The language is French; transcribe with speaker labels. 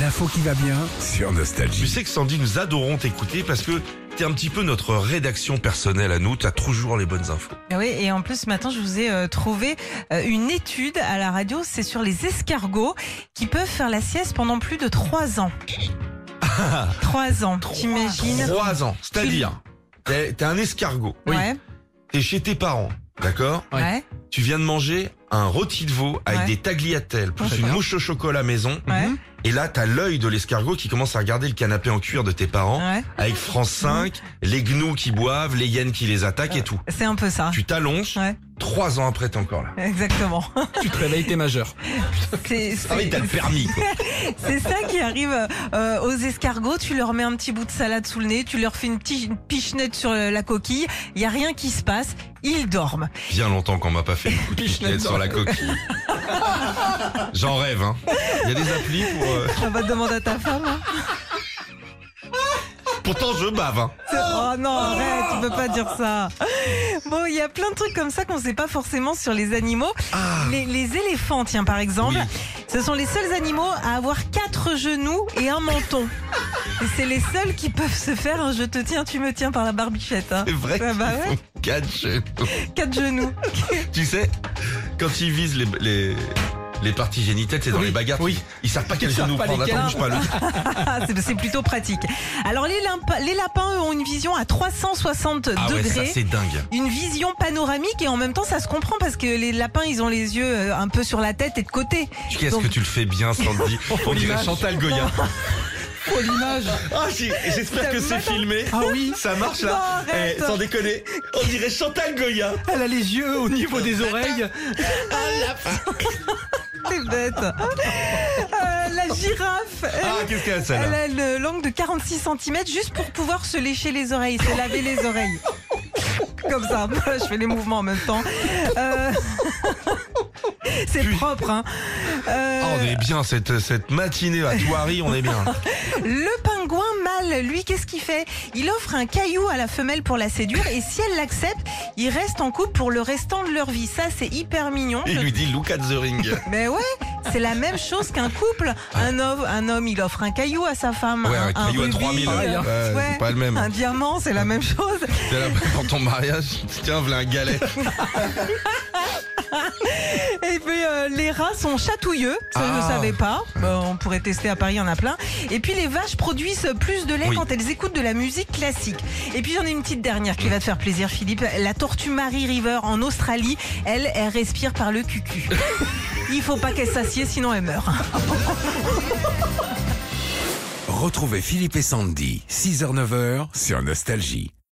Speaker 1: L'info qui va bien sur Nostalgie.
Speaker 2: Tu sais que Sandy, nous adorons t'écouter parce que t'es un petit peu notre rédaction personnelle à nous. T'as toujours les bonnes infos.
Speaker 3: Eh Oui, et en plus, ce matin, je vous ai euh, trouvé euh, une étude à la radio. C'est sur les escargots qui peuvent faire la sieste pendant plus de 3 ans. 3 ans, t'imagines
Speaker 2: Trois ans. C'est-à-dire, t'es t'es un escargot.
Speaker 3: Ouais,
Speaker 2: T'es chez tes parents, d'accord
Speaker 3: ouais,
Speaker 2: Tu viens de manger un rôti de veau avec
Speaker 3: Ouais.
Speaker 2: des tagliatelles, plus
Speaker 3: Ouais.
Speaker 2: une mouche au chocolat maison.
Speaker 3: ouais,
Speaker 2: Et là, t'as l'œil de l'escargot qui commence à regarder le canapé en cuir de tes parents.
Speaker 3: ouais.
Speaker 2: Avec France 5, les gnous qui boivent, les hyènes qui les attaquent et tout.
Speaker 3: C'est un peu ça.
Speaker 2: Tu t'allonges,
Speaker 3: Ouais,
Speaker 2: trois ans après t'es encore là.
Speaker 3: exactement.
Speaker 4: Tu te réveilles, t'es majeur.
Speaker 3: C'est c'est-
Speaker 2: Ah oui, t'as le permis quoi.
Speaker 3: c'est ça qui arrive euh, aux escargots. Tu leur mets un petit bout de salade sous le nez, tu leur fais une petite une pichenette sur euh, la coquille. Il y a rien qui se passe. Ils dorment.
Speaker 2: Bien longtemps qu'on m'a pas fait une coup de
Speaker 4: Pichenette
Speaker 2: pichenette sur la coquille. J'en rêve, hein. Il y a des applis pour. euh,
Speaker 3: On va te demander à ta femme. hein.
Speaker 2: Pourtant, je bave, hein.
Speaker 3: C'est- Oh non, arrête, tu peux pas dire ça. Bon, il y a plein de trucs comme ça qu'on sait pas forcément sur les animaux.
Speaker 2: Ah.
Speaker 3: Les, les éléphants, tiens, par exemple, ce sont les seuls animaux à avoir quatre genoux et un menton. Et c'est les seuls qui peuvent se faire un je te tiens, tu me tiens par la barbichette. hein.
Speaker 2: C'est vrai.
Speaker 3: Ah bah
Speaker 2: qu'ils
Speaker 3: ouais.
Speaker 2: font quatre genoux.
Speaker 3: Quatre genoux.
Speaker 2: Tu sais, quand ils visent les. les... les parties génitales, c'est dans
Speaker 4: Oui,
Speaker 2: les bagarres.
Speaker 4: oui.
Speaker 2: Ils savent pas quel
Speaker 4: Ils savent
Speaker 2: genou
Speaker 4: pas
Speaker 2: prendre.
Speaker 4: lesquels.
Speaker 2: Attends, bouge pas le.
Speaker 3: Ah, c'est- c'est plutôt pratique. Alors, les, limpa- les lapins, eux, ont une vision à 360
Speaker 2: Ah ouais, ça
Speaker 3: degrés.
Speaker 2: c'est dingue.
Speaker 3: une vision panoramique et en même temps ça se comprend parce que les lapins ils ont les yeux euh, un peu sur la tête et de côté.
Speaker 2: Qu'est-ce
Speaker 3: Donc-
Speaker 2: que tu le fais bien, Sandy On dirait
Speaker 4: l'image.
Speaker 2: Chantal Goya.
Speaker 4: Oh, l'image
Speaker 2: Ah, j'ai- j'espère
Speaker 3: Ça
Speaker 2: que c'est
Speaker 3: m'attend.
Speaker 2: filmé.
Speaker 4: Ah oui
Speaker 2: Ça marche
Speaker 3: Non,
Speaker 2: là.
Speaker 3: arrête.
Speaker 2: Eh, sans déconner. On dirait Chantal Goya.
Speaker 4: Elle a les yeux au niveau des oreilles.
Speaker 3: C'est bête. Euh, la girafe. elle-
Speaker 2: Ah, qu'est-ce qu'elle a
Speaker 3: Elle,
Speaker 2: celle-là
Speaker 3: a une langue de 46 cm juste pour pouvoir se lécher les oreilles, se laver les oreilles. Comme ça, je fais les mouvements en même temps. Euh, C'est
Speaker 2: Puis-
Speaker 3: propre. Hein. Euh,
Speaker 2: Ah, on est bien cette, cette matinée à Thoiry, on est bien.
Speaker 3: Le pingouin mâle, lui, qu'est-ce qu'il fait Il offre un caillou à la femelle pour la séduire et si elle l'accepte, ils restent en couple pour le restant de leur vie. Ça, c'est hyper mignon.
Speaker 2: Il lui dit look at the ring.
Speaker 3: Mais ouais, c'est la même chose qu'un couple. Un homme, un homme, il offre un caillou à sa femme.
Speaker 2: Ouais, un caillou à
Speaker 3: rubis,
Speaker 2: 3000.
Speaker 4: pareil, hein.
Speaker 2: Ouais,
Speaker 3: Ouais.
Speaker 2: C'est pas le
Speaker 3: Un
Speaker 2: même.
Speaker 3: diamant, c'est la même chose.
Speaker 2: T'es là pour ton mariage. Tiens, voilà un galet.
Speaker 3: Et puis euh, les rats sont chatouilleux, ça je
Speaker 2: Ah.
Speaker 3: ne savais pas. Bah, on pourrait tester à Paris, il y en a plein. Et puis les vaches produisent plus de lait
Speaker 2: Oui.
Speaker 3: quand elles écoutent de la musique classique. Et puis j'en ai une petite dernière qui va te faire plaisir, Philippe. La tortue Marie River en Australie, elle, elle respire par le cucu. il faut pas qu'elle s'assied, sinon elle meurt.
Speaker 1: Retrouvez Philippe et Sandy, 6h-9h sur Nostalgie.